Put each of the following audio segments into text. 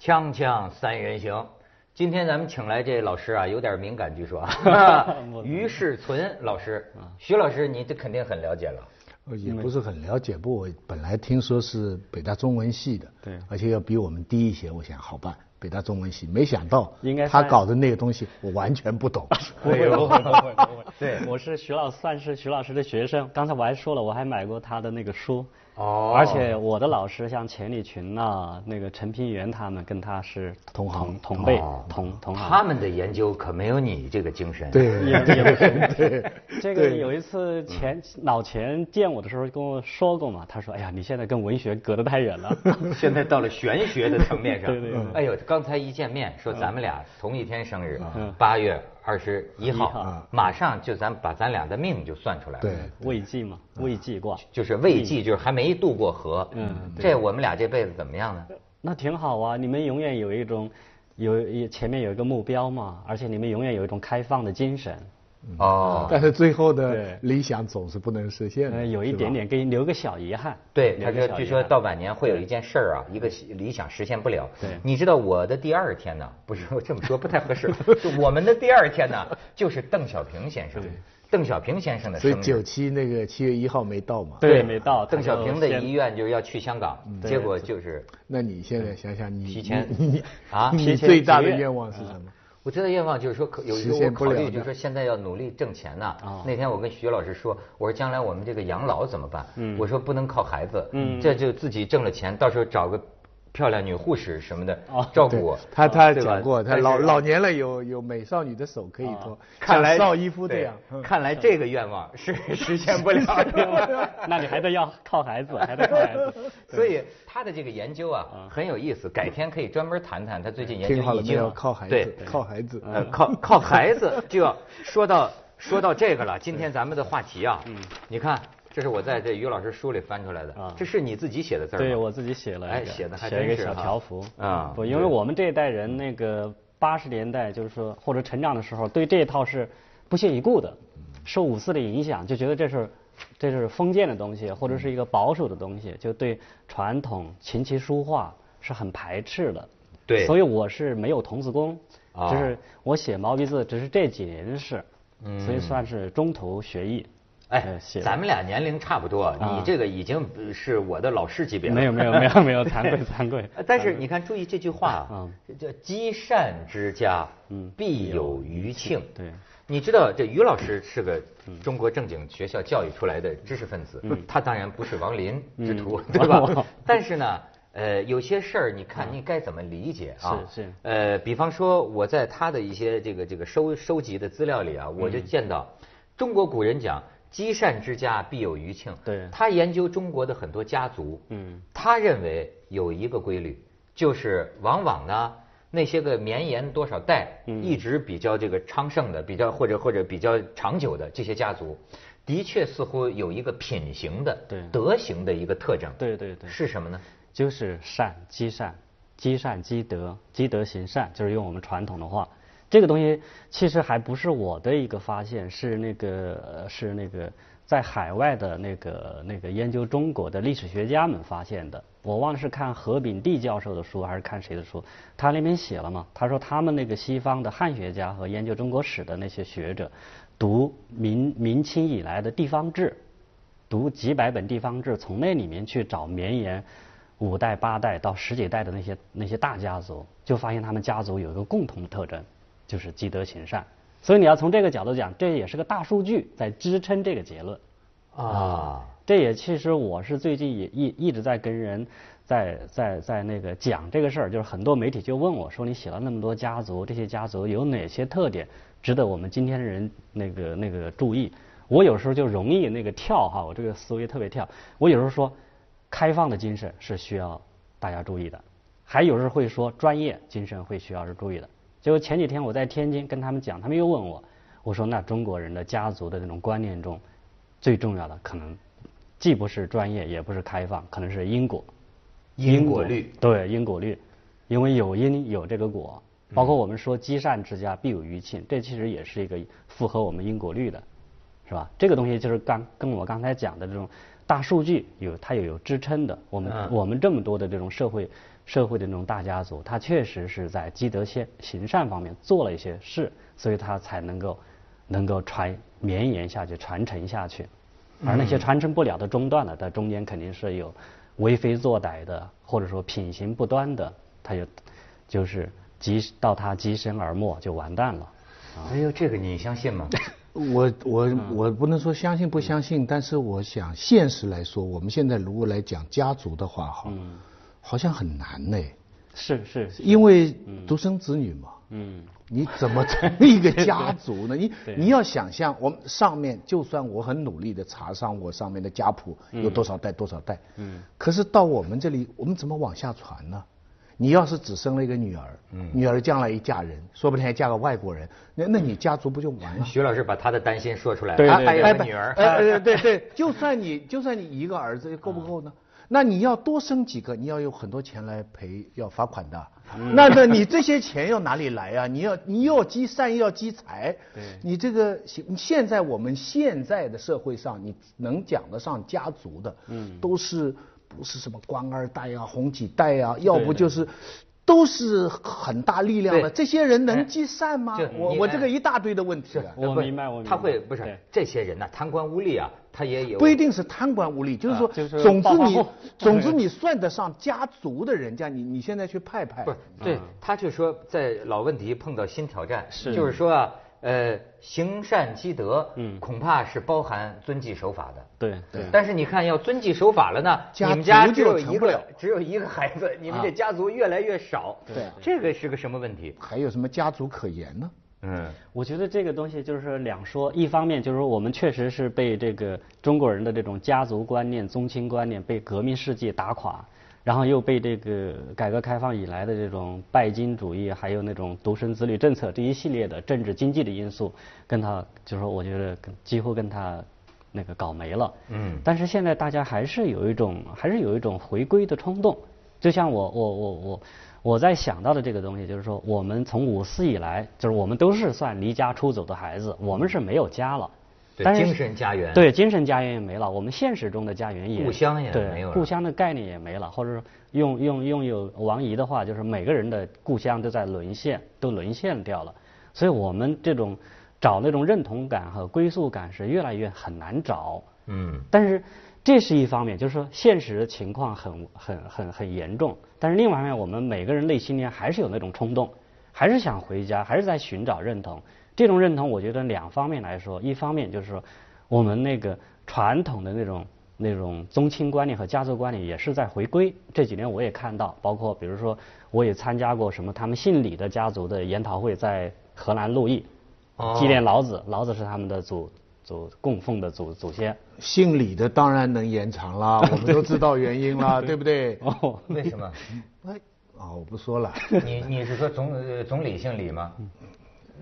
锵锵三人行，今天咱们请来这老师啊，有点敏感，据说啊 于世存老师，嗯徐老师，你这肯定很了解了。呃也不是很了解，不过我本来听说是北大中文系的，对而且要比我们低一些，我想好办，北大中文系，没想到应该他算搞的那个东西我完全 不懂，不会不会不会 不会，对我是徐老，算是徐老师的学生。刚才我还说了，我还买过他的那个书。哦而且我的老师像钱理群呐、那个陈平原他们，跟他是同行同辈哦同同行。他们的研究可没有你这个精神。对也也不是对这个有一次前老钱见我的时候跟我说过嘛，他说：“哎呀，你现在跟文学隔得太远 了。现在到了玄学的层面上。 对对对嗯哎呦，刚才一见面说咱们俩同一天生日，八月二十一号号，马上就咱把咱俩的命就算出来了。 对”未济嘛，未济卦，就是未济，就是还没渡过河。嗯这我们俩这辈子怎么样呢？那挺好啊。你们永远有一种有有前面有一个目标嘛，而且你们永远有一种开放的精神。嗯哦，但是最后的对理想总是不能实现的，呃，有一是吧点点给你留个小遗憾。对，他说留个小遗憾啊据说到晚年会有一件事儿啊，一个理想实现不了。对你知道我的第二天呢，不是我这么说不太合适，就我们的第二天呢，就是邓小平先生，邓小平先生的所生以九日。七那个七月一号没到嘛，对没到邓小平的他就先嗯遗 愿就要去香港，对结果就是那你现在想想你提前你你啊你提前最大的几月啊愿望是什么？我真的愿望就是说，可有时候实我现考不了虑的啊就是说，现在要努力挣钱呐、哦那天我跟徐老师说，我说将来我们这个养老怎么办？嗯我说不能靠孩子，嗯这就自己挣了钱，到时候找个漂亮女护士什么的、哦照顾对我。啊他他对吧讲过，他但是老老年了有有美少女的手可啊以托，看来像邵逸夫这样。对嗯看来这个愿望 是实现不了的。 那你还得要靠孩子，还得靠孩子。所以他的这个研究啊很有意思，改天可以专门谈谈他最近研究嗯听好了易没经有？啊靠孩对子，嗯靠孩子。呃，靠靠孩子就要说到说到这个了。今天咱们的话题啊，你看，这是我在这于老师书里翻出来的啊，这是你自己写的字儿吗对我自己写了一个，哎写得还写了一真个是小哈条幅啊不，因为我们这一代人那个八十年代就是说或者成长的时候，对这一套是不屑一顾的，嗯受五四的影响，就觉得这是这就是封建的东西，或者是一个保守的东西，就对传统琴棋书画是很排斥的。对所以我是没有童子功，啊只是我写毛笔字，只是这几年的事，所以算是中途学艺。嗯哎呃写，的啊咱们俩年龄差不多，你这个已经呃是我的老师级别了。没有没有没有没 有，惭愧惭愧。呃但是你看，注意这句话啊嗯，叫积善之家，必有余庆。对，你知道这于老师是个嗯中国正经学校教育出来的知识分子，他当然不是王林嗯之徒，对哦吧？但是呢，呃，有些事儿你看你该怎么理解啊？嗯是是呃，比方说我在他的一些这个这个收收集的资料里啊，我就嗯见到中国古人讲积善之家必有余庆，对他研究中国的很多家族，嗯，他认为有一个规律，就是往往呢那些个绵延多少代，嗯一直比较这个昌盛的，比较或者或者比较长久的这些家族，的确似乎有一个品行的、对德行的一个特征，对对对是什么呢？就是善积善，积善积德，积德行善，就是用我们传统的话。这个东西其实还不是我的一个发现，是那个呃是那个在海外的那个那个研究中国的历史学家们发现的。我忘了是看何炳棣教授的书还是看谁的书，他那边写了嘛，他说他们那个西方的汉学家和研究中国史的那些学者，读明明清以来的地方志，读几百本地方志，从那里面去找绵延五代、八代到十几代的那些那些大家族，就发现他们家族有一个共同的特征，就是积德行善。所以你要从这个角度讲，这也是个大数据在支撑这个结论。啊，这也其实我是最近也一一直在跟人在在在那个讲这个事儿，就是很多媒体就问我说，你写了那么多家族，这些家族有哪些特点值得我们今天的人那个那个注意？我有时候就容易那个跳哈，我这个思维特别跳。我有时候说，开放的精神是需要大家注意的，还有时候会说专业精神会需要是注意的。结果前几天我在天津跟他们讲，他们又问我，我说那中国人的家族的那种观念中，最重要的可能既不是专业，也不是开放，可能是因果。因果律。对因果律，因为有因有这个果，包括我们说积善之家必有余庆，这其实也是一个符合我们因果律的，是吧？这个东西就是刚跟我刚才讲的这种大数据有它也有支撑的。我们、嗯我们这么多的这种社会社会的那种大家族，他确实是在积德行行善方面做了一些事，所以他才能够能够传绵延下去、传承下去。而那些传承不了的、中断了，它中间肯定是有为非作歹的，或者说品行不端的，他就就是即到他即身而没就完蛋了。哎呦，这个你相信 吗？我我我不能说相信不相信，但是我想现实来说，我们现在如果来讲家族的话，哈，嗯好像很难呢，是是，因为独生子女嘛，嗯，你怎么成立一个家族呢？你你要想象，我们上面就算我很努力的查上我上面的家谱有多少代多少代，嗯，可是到我们这里，我们怎么往下传呢？你要是只生了一个女儿，女儿将来一嫁人，说不定还嫁个外国人，那那你家族不就完了？徐老师把他的担心说出来了，对他对还哎有个不女儿，哎 哎对对，就算你就算你一个儿子够不够嗯呢？那你要多生几个，你要有很多钱来赔，要罚款的。嗯那那你这些钱要哪里来啊？ 你要你又要积善又要积财，你这个现在我们现在的社会上，你能讲得上家族的，嗯，都是不是什么官二代啊、红几代啊，要不就是。都是很大力量的，对哎这些人能积善吗就？我你哎我看这个一大堆的问题、啊。我不明白我明白他会不是对这些人呐，贪官污吏啊，他也有不一定是贪官污吏，就是说，啊就是总之暴发你户，嗯总之你算得上家族的人家，你你现在去派派，不是，对嗯，他就说在老问题碰到新挑战，是就是说啊，呃，行善积德，嗯恐怕是包含遵纪守法的。对对但是你看，要遵纪守法了呢，家你们家族只就有成一不了个，只有一个孩子，你们这家族越来越少。对这个是个什么问题？还有什么家族可言呢？嗯，我觉得这个东西就是两说，一方面就是说我们确实是被这个中国人的这种家族观念、宗亲观念被革命事迹打垮，然后又被这个改革开放以来的这种拜金主义，还有那种独生子女政策这一系列的政治经济的因素，跟他就是说我觉得跟几乎跟他那个搞没了。嗯但是现在大家还是有一种，还是有一种回归的冲动。就像我我我我我在想到的这个东西，就是说我们从五四以来，就是我们都是算离家出走的孩子，我们是没有家了。对但是精神家园对精神家园也没了，我们现实中的家园也故乡也对没有了故乡的概念也没了，或者说用用用有王怡的话，就是每个人的故乡都在沦陷，都沦陷掉了。所以我们这种找那种认同感和归宿感是越来越很难找。嗯，但是这是一方面，就是说现实的情况很很很很严重。但是另外一方面，我们每个人内心里还是有那种冲动，还是想回家，还是在寻找认同。这种认同，我觉得两方面来说，一方面就是说我们那个传统的那种那种宗亲观念和家族观念也是在回归。这几年我也看到，包括比如说我也参加过什么他们姓李的家族的研讨会，在荷兰路易。哦纪念老子，老子是他们的祖祖供奉的祖祖先。姓李的当然能延长啦，我们都知道原因 啦，对不对？哦，为什么？哎，啊，我 不说了，你你是说总呃总理姓李吗？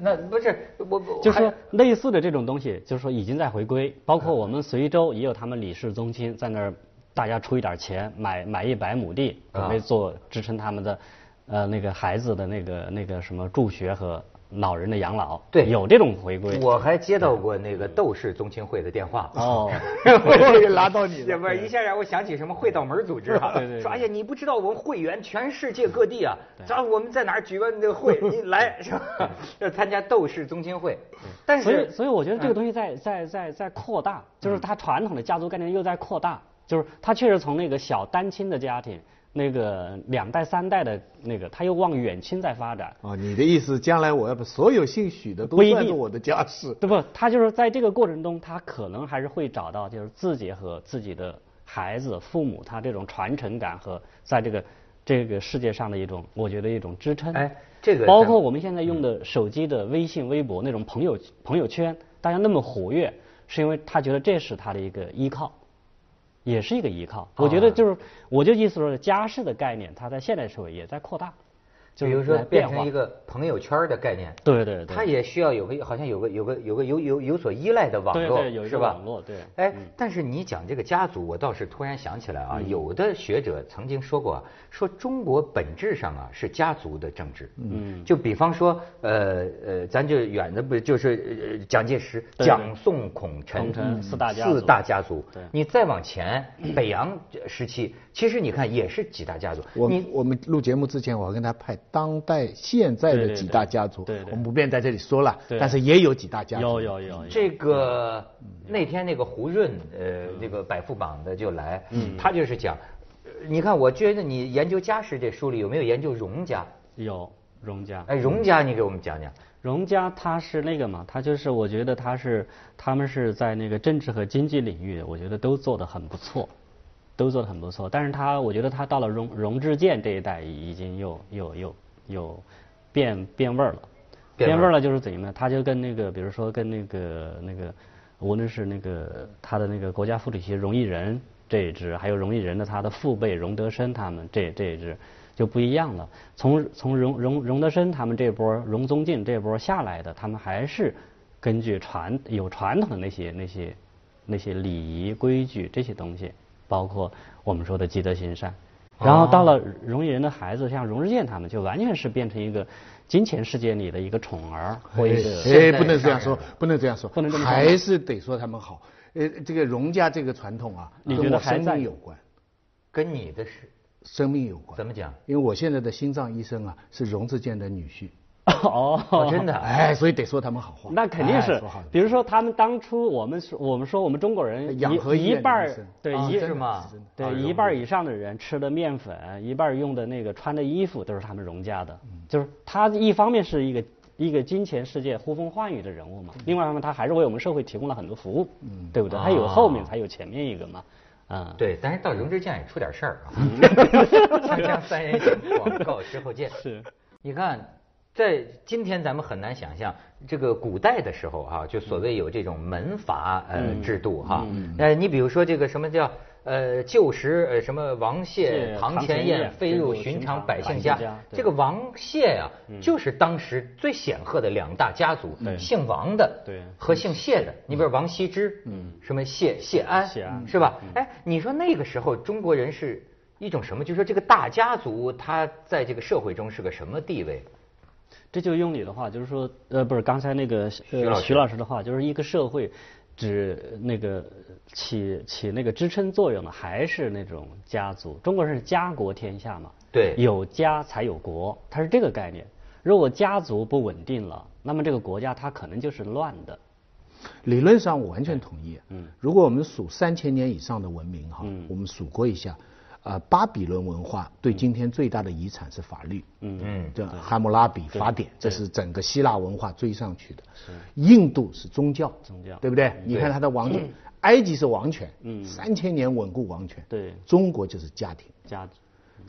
那不是我，我就是还说类似的这种东西，就是说已经在回归，包括我们随州也有他们李氏宗亲在那儿，大家出一点钱买买一百亩地，啊准备做支撑他们的，呃那个孩子的那个那个什么助学和老人的养老，对有这种回归。我还接到过那个窦氏宗亲会的电话。哦，我也拉到你也了。不是一下让我想起什么会道门组织哈、对对对说哎呀，你不知道我们会员全世界各地啊，咱我们在哪儿举办这个会，你来是吧？要参加斗士宗亲会，但所以，是嗯所以我觉得这个东西在在在在扩大，就是它传统的家族概念又在扩大，就是它确实从那个小单亲的家庭，那个两代三代的那个，它又往远亲在发展。啊，你的意思，将来我要把所有姓许的都不一定算作我的家世？对不？他就是在这个过程中，他可能还是会找到就是自己和自己的孩子、父母他这种传承感和在这个这个世界上的一种，我觉得一种支撑。哎这个包咱嗯括我们现在用的手机的微信、微博那种朋友朋友圈，大家那么活跃，是因为他觉得这是他的一个依靠。也是啊一个依靠，我觉得就是，我就意思说，家世的概念，它在现代社会也在扩大。就比是如说来变化成一个朋友圈儿的概念，对对对它也需要有个好像有个有个有个有有有所依赖的网对络，对有一是个吧？网络对哎嗯，但是你讲这个家族，我倒是突然想起来啊，有的学者曾经说过啊，说中国本质上啊是家族的政治。嗯，就比方说，呃呃，咱就远的不就是呃蒋介石、对蒋、宋、孔、陈孔陈四大家四族大家族对。你再往前，北洋时期，其实你看也是几大家族。我你我们录节目之前，我还跟他派当代现在对的对几对大家族，对对我们不便在这里说了，对但是也有几大家族。有有有有这嗯个那天那个胡润，呃，那个百富榜的就来，嗯他就是讲，呃你看，我觉得你研究家史这书里有没有研究荣家？有荣家，哎，荣家你给我们讲讲。嗯荣家他是那个嘛，他就是我觉得他是他们是在那个政治和经济领域，我觉得都做得很不错，都做得很不错。但是他我觉得他到了荣荣志健这一代已经又又又又变变味儿了，变味儿变味儿了就是怎样呢？他就跟那个比如说跟那个那个无论是那个他的那个国家副主席荣毅仁这一支，还有荣毅仁的他的父辈荣德生他们这这一支就不一样了。从从荣荣荣德生他们这波荣宗敬这波下来的，他们还是根据传有传统的那些那些那些礼仪规矩这些东西，包括我们说的积德行善。然后到了荣毅仁的孩子，像荣志健他们，就完全是变成一个金钱世界里的一个宠 儿或一个哎，现在不能这商样人说，不能这样说，不能这么说吗还是得说他们好。呃，这个荣家这个传统啊，你跟觉得我还生在命有关，跟你的是生命有关。怎么讲？因为我现在的心脏医生啊，是荣志健的女婿，哦，哦，真的，哎，所以得说他们好话。那肯定哎是说好的。。比如说他们当初我们说我们说我们中国人养和一医一院的半儿医生对啊一是吗？对啊哎一半儿以上的人吃的面粉，一半儿用的那个穿的衣服都是他们荣家的，嗯就是他一方面是一个。一个金钱世界呼风唤雨的人物嘛，嗯另外一方面他还是为我们社会提供了很多服务，对不对？啊他有后面才有前面一个嘛，啊，对，但是到荣之健也出点事儿啊。嗯 锵锵三人行，广告之后见。是，你看，在今天咱们很难想象这个古代的时候啊，就所谓有这种门阀呃嗯制度哈。呃，你比如说这个什么叫呃旧时呃什么王谢谢堂堂前前燕，燕飞飞入入寻寻常常百百姓姓家家。这对嗯个王谢呀，就是当时最显赫的两大家族，姓王的对嗯和姓谢的。你比如王羲之，什么谢谢安，谢安是吧？哎，你说那个时候中国人是一种什么？就说这个大家族，他在这个社会中是个什么地位？这就用你的话，就是说，呃，不是刚才那个徐老呃师徐老师的话，就是一个社会只那个起起那个支撑作用的还是那种家族。中国人是家国天下嘛，对有家才有国，它是这个概念。如果家族不稳定了，那么这个国家它可能就是乱的。理论上我完全同意。嗯嗯，如果我们数三千年以上的文明哈，我们数过一下，啊、巴比伦文化对今天最大的遗产是法律。嗯嗯这汉谟拉比法典，这是整个希腊文化追上去的。印度是宗教，宗教嗯对不对？你看它的王权， 埃及是王权，三千年稳固王权。对中国就是家庭。家族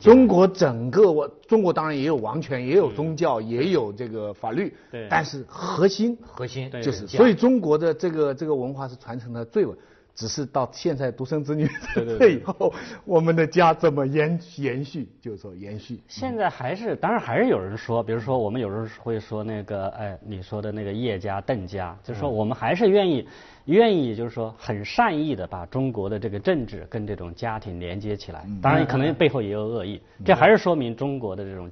中国整个我中国当然也有王权，也有宗教，也有这个法律，对但是核心核心对就是，这样所以中国的这个这个文化是传承的最稳，只是到现在独生子女对对这 以后，我们的家怎么延延续，就是说延续。现在还是，当然还是有人说，比如说我们有人会说那个，哎，你说的那个叶家、邓家，就是嗯说我们还是愿意，愿意就是说很善意的把中国的这个政治跟这种家庭连接起嗯来。当然，可能背后也有恶意，这还是说明中国的这种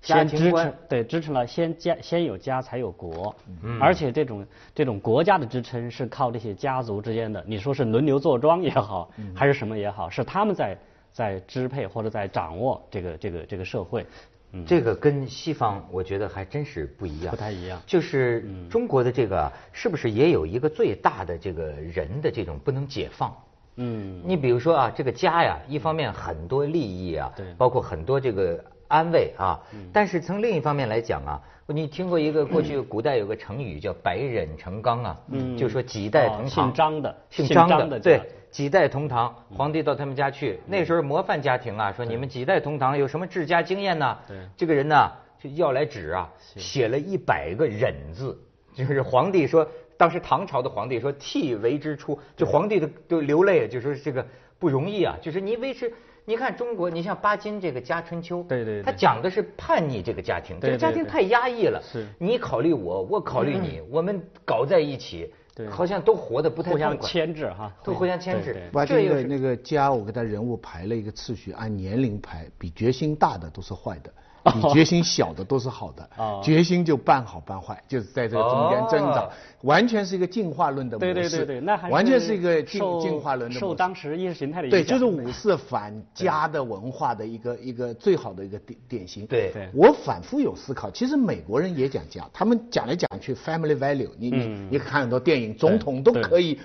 家先庭支观撑，对，支撑了先家先有家才有国，嗯而且这种这种国家的支撑是靠这些家族之间的，你说是轮流坐庄也好，嗯还是什么也好，是他们在在支配或者在掌握这个这个这个社会，嗯，这个跟西方我觉得还真是不一样，不太一样嗯就是中国的这个啊是不是也有一个最大的这个人的这种不能解放？嗯，你比如说啊，这个家呀，一方面很多利益啊，对嗯包括很多这个安慰啊，但是从另一方面来讲啊，你听过一个过去古代有个成语叫“百忍成钢”啊，就说几代同堂，哦姓张的姓姓张张的，的对家，几代同堂，嗯皇帝到他们家去，那时候模范家庭啊，说你们几代同堂有什么治家经验呢？对这个人呢就要来纸啊，写了一百个忍字，就是皇帝说，当时唐朝的皇帝说，替为之出，就皇帝的都流泪，就说这个不容易啊，就是你维持你看中国，你像巴金这个《家春秋》，对对对他讲的是叛逆这个家庭，这个对对家庭对太压抑了，是嗯你考虑我，我考虑你，我们搞在一起，对好像都活得不太互相痛快牵制哈都互相牵制对对，把这这又个是那个家，我给他人物排了一个次序，按年龄排，比决心大的都是 坏的，比决心小的都是好的。哦决心就半好半坏，就是在这个中间挣扎，哦完全是一个进化论的模对式。对对对，那还是完全是一个进受进化论的模式。受当时意识形态的影响。对，就是五四反家的文化的一个一个最好的一个典典型。对对我反复有思考，其实美国人也讲家，他们讲来讲去 family value，你你、你看很多电影，总统都可以，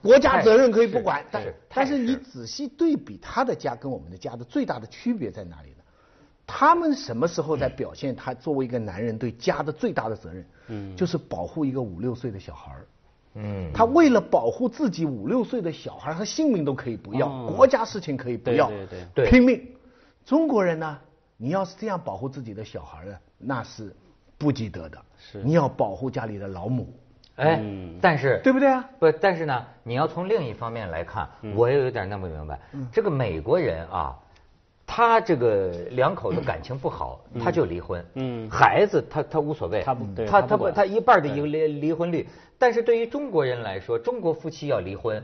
国家责任可以不管，但是但是太是你仔细对比他的家跟我们的家的最大的区别在哪里呢？他们什么时候在表现他作为一个男人对家的最大的责任？嗯，就是保护一个五六岁的小孩儿。嗯，他为了保护自己五六岁的小孩和性命都可以不要，哦国家事情可以不要，对对对对拼命。中国人呢，你要是这样保护自己的小孩呢，那是不积德的。是你要保护家里的老母，哎，嗯但是对不对啊？不，但是呢，你要从另一方面来看，嗯我也有点弄不明白。嗯这个美国人啊，他这个两口子感情不好，他就离婚。嗯孩子他他无所谓，他不对他他不他不管他一半的一个离离婚率。但是对于中国人来说，中国夫妻要离婚。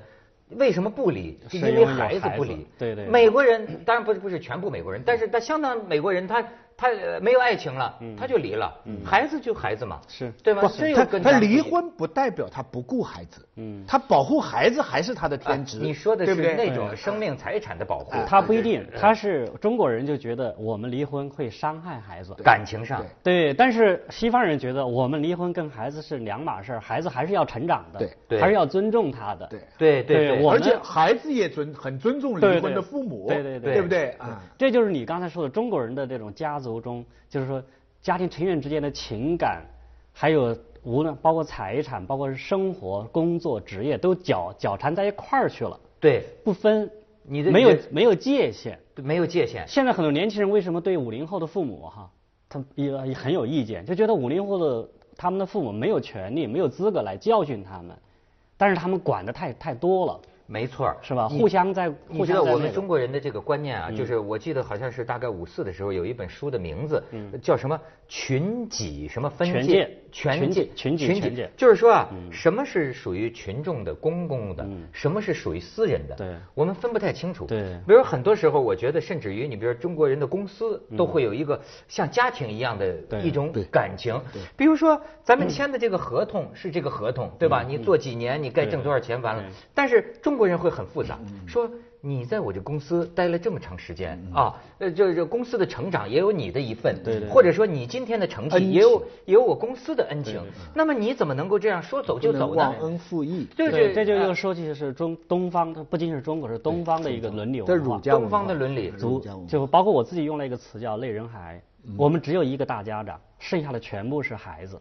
为什么不离？是因因为为有孩子孩不子离。对嗯对对美国人当然不是不是全部美国人，但是他相当美国人，他他呃没有爱情了，他就离了。孩子就孩子嘛，嗯是对吧？不这又他跟他咱们离不一样婚不代表他不顾孩子，嗯，他保护孩子还是他的天职。啊你说的对是不对那种生命财产的保护，他不一定，呃他是中国人就觉得我们离婚会伤害孩子。感情上对对，但是西方人觉得我们离婚跟孩子是两码事儿，孩子还是要成长的，对对还是要尊重他的。对对对对，我而们且孩子也尊很尊重对离对婚的父母，对对对对不对啊？这就是你刚才说的中国人的这种家族中，就是说家庭成员之间的情感，还有无论包括财产，包括是生活、工作、职业，都搅搅缠在一块儿去了，对不分，你的没有你的没有界限。没有界限，现在很多年轻人为什么对五零后的父母哈，他也也很有意见，就觉得五零后的他们的父母没有权利、没有资格来教训他们，但是他们管的太太多了，没错儿，是吧？你互相在你互知相道在我那们个嗯中国人的这个观念啊，就是我记得好像是大概五四的时候有一本书的名字，嗯叫什么“群己”什么分全界界、全群界己、群己全界嗯就是说啊，什么是属于群众的、公共的，什么是属于私人的，对我们分不太清楚。对比如很多时候，我觉得甚至于你比如说中国人的公司都会有一个像家庭一样的嗯对嗯一种对感情，比如说咱们签的这个合同是这个合同，对吧？你做几年，你该挣多少钱，完了对。但是中国人会很复杂，说你在我这公司待了这么长时间啊，呃，这这公司的成长也有你的一份，对对对或者说你今天的成绩恩情也有也有我公司的恩情，那么你怎么能够这样说走就不能走呢忘？恩负义，对对，这就哎又说起是中东方，它不仅是中国，是东方的一个伦理这文儒化。嗯家文东化方的伦理儒族家文化。就包括我自己用了一个词叫“类人孩”，我们只有一个大家长，剩下的全部是孩子。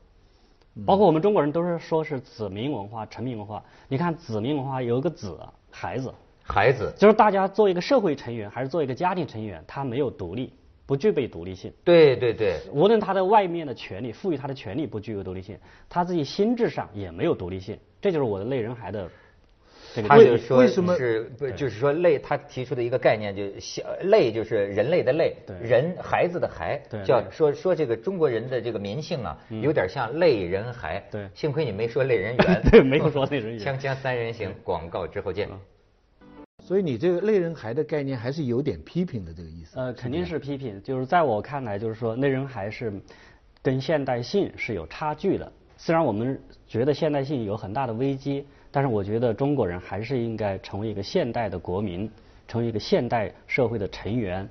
包括我们中国人都是说是子民文化、臣民文化。你看子民文化有一个子啊，孩子，孩子，就是大家做一个社会成员还是做一个家庭成员，他没有独立，不具备独立性。对对对，无论他的外面的权利赋予他的权利不具有独立性，他自己心智上也没有独立性。这就是我的类人孩的这个他定就义说为什么是不就是说类？他提出的一个概念就是像类，就是人类的类，对人孩子的孩对，嗯叫说说这个中国人的这个民性啊，有点像类人孩。对幸亏你没说类 。人猿对没有说类人猿嗯锵锵三人行，广告之后见。所以你这个类人孩的概念还是有点批评的这个意思。呃，肯定是批评。就是在我看来，就是说内人还是跟现代性是有差距的。虽然我们觉得现代性有很大的危机，但是我觉得中国人还是应该成为一个现代的国民，成为一个现代社会的成员。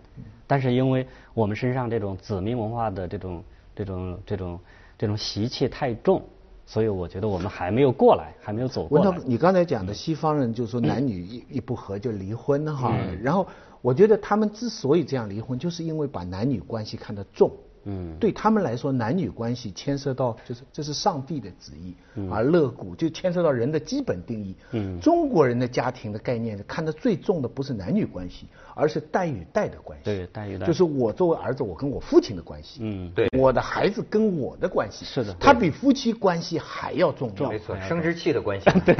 但是因为我们身上这种子民文化的这种这种这种这种习气太重，所以我觉得我们还没有过来，还没有走过文来嗯涛。，你刚才讲的西方人就说男女一一不和就离婚哈，然后我觉得他们之所以这样离婚，就是因为把男女关系看得重。嗯对他们来说，男女关系牵涉到就是这是上帝的旨意，而乐谷就牵涉到人的基本定义。嗯中国人的家庭的概念看得最重的不是男女关系，而是代与代的关系。对代与代就是我作为儿子，我跟我父亲的关系。嗯对我的孩子跟我的关系是的他比夫妻关系还要重要。没错，哎生殖器的关啊系。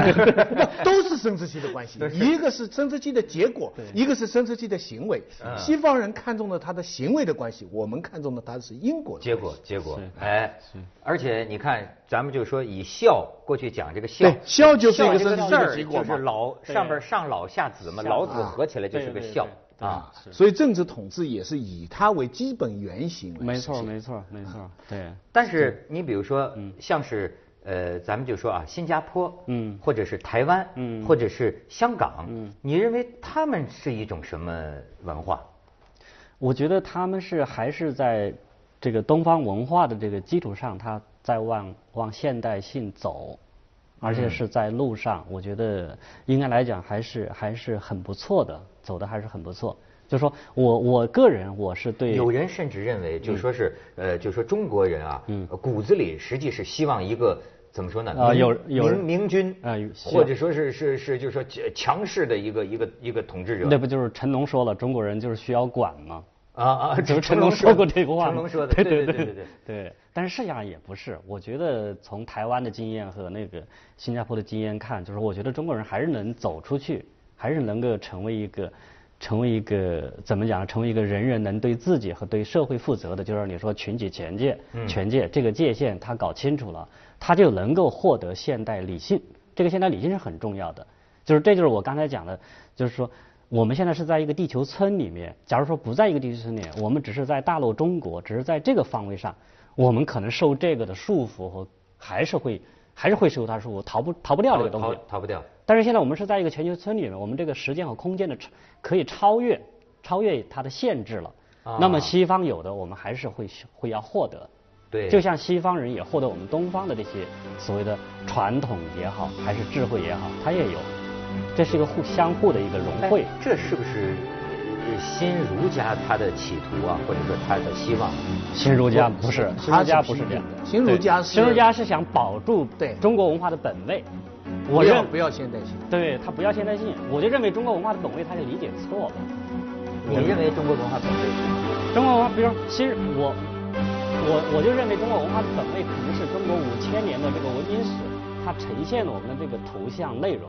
都是生殖器的关系，一个是生殖器的结果，一个是生殖器的行为。嗯西方人看重了他的行为的关系，我们看重的他是因果的结关果系，结果，哎，而且你看，咱们就说以孝过去讲这个孝对，孝就是一个这事生命的儿结果就嘛是老对上边上老下子嘛，下老子子合起来就是个对对孝对啊。所以政治统治也是以他为基本原型来没实错现没错没错，对，但是你比如说，像是呃，咱们就说啊，新加坡，嗯或者是台湾，嗯或者是香港，嗯，你认为他们是一种什么文化？我觉得他们是还是在这个东方文化的这个基础上，他在往往现代性走，而嗯且是在路上，我觉得应该来讲还是还是很不错的，走的还是很不错。就说我我个人我是对嗯有人甚至认为，就说是呃，就说中国人啊，呃骨子里实际是希望一个怎么说呢？啊明有有人明明君啊有希望或者说是是是，就是说强强势的一个一个一个统治者。那不就是成龙说了，中国人就是需要管吗？啊啊， 就是成龙说过这个话吗，成龙说的，对对对对对对。对。但是实际上也不是，我觉得从台湾的经验和那个新加坡的经验看，就是我觉得中国人还是能走出去，还是能够成为一个，成为一个怎么讲？成为一个人人能对自己和对社会负责的，就是你说群体权界、嗯权界这个界限，他搞清楚了，他就能够获得现代理性。这个现代理性是很重要的。就是这就是我刚才讲的，就是说我们现在是在一个地球村里面，假如说不在一个地球村里，我们只是在大陆中国，只是在这个方位上，我们可能受这个的束缚和还是会还是会受它束缚，逃不逃不掉这个东逃西。逃不掉。但是现在我们是在一个全球村里面，我们这个时间和空间的超可以超越超越它的限制了。啊那么西方有的我们还是会会要获得。对就像西方人也获得我们东方的这些所谓的传统也好，还是智慧也好，它也有，这是一个互相互的一个融汇哎。这是不是呃新儒家他的企图啊，或者说他的希望？新儒家不是，他新儒家是不是批这样的。评的新儒对家新儒是家是想保住对中国文化的本位。我不要认不要现代性。对他不要现代性，我就认为中国文化的本位他就理解错了。你认为中国文化本位？中国文化，比如说新我我我就认为中国文化的本位可能是中国五千年的这个文明史，它呈现了我们的这个图像内容，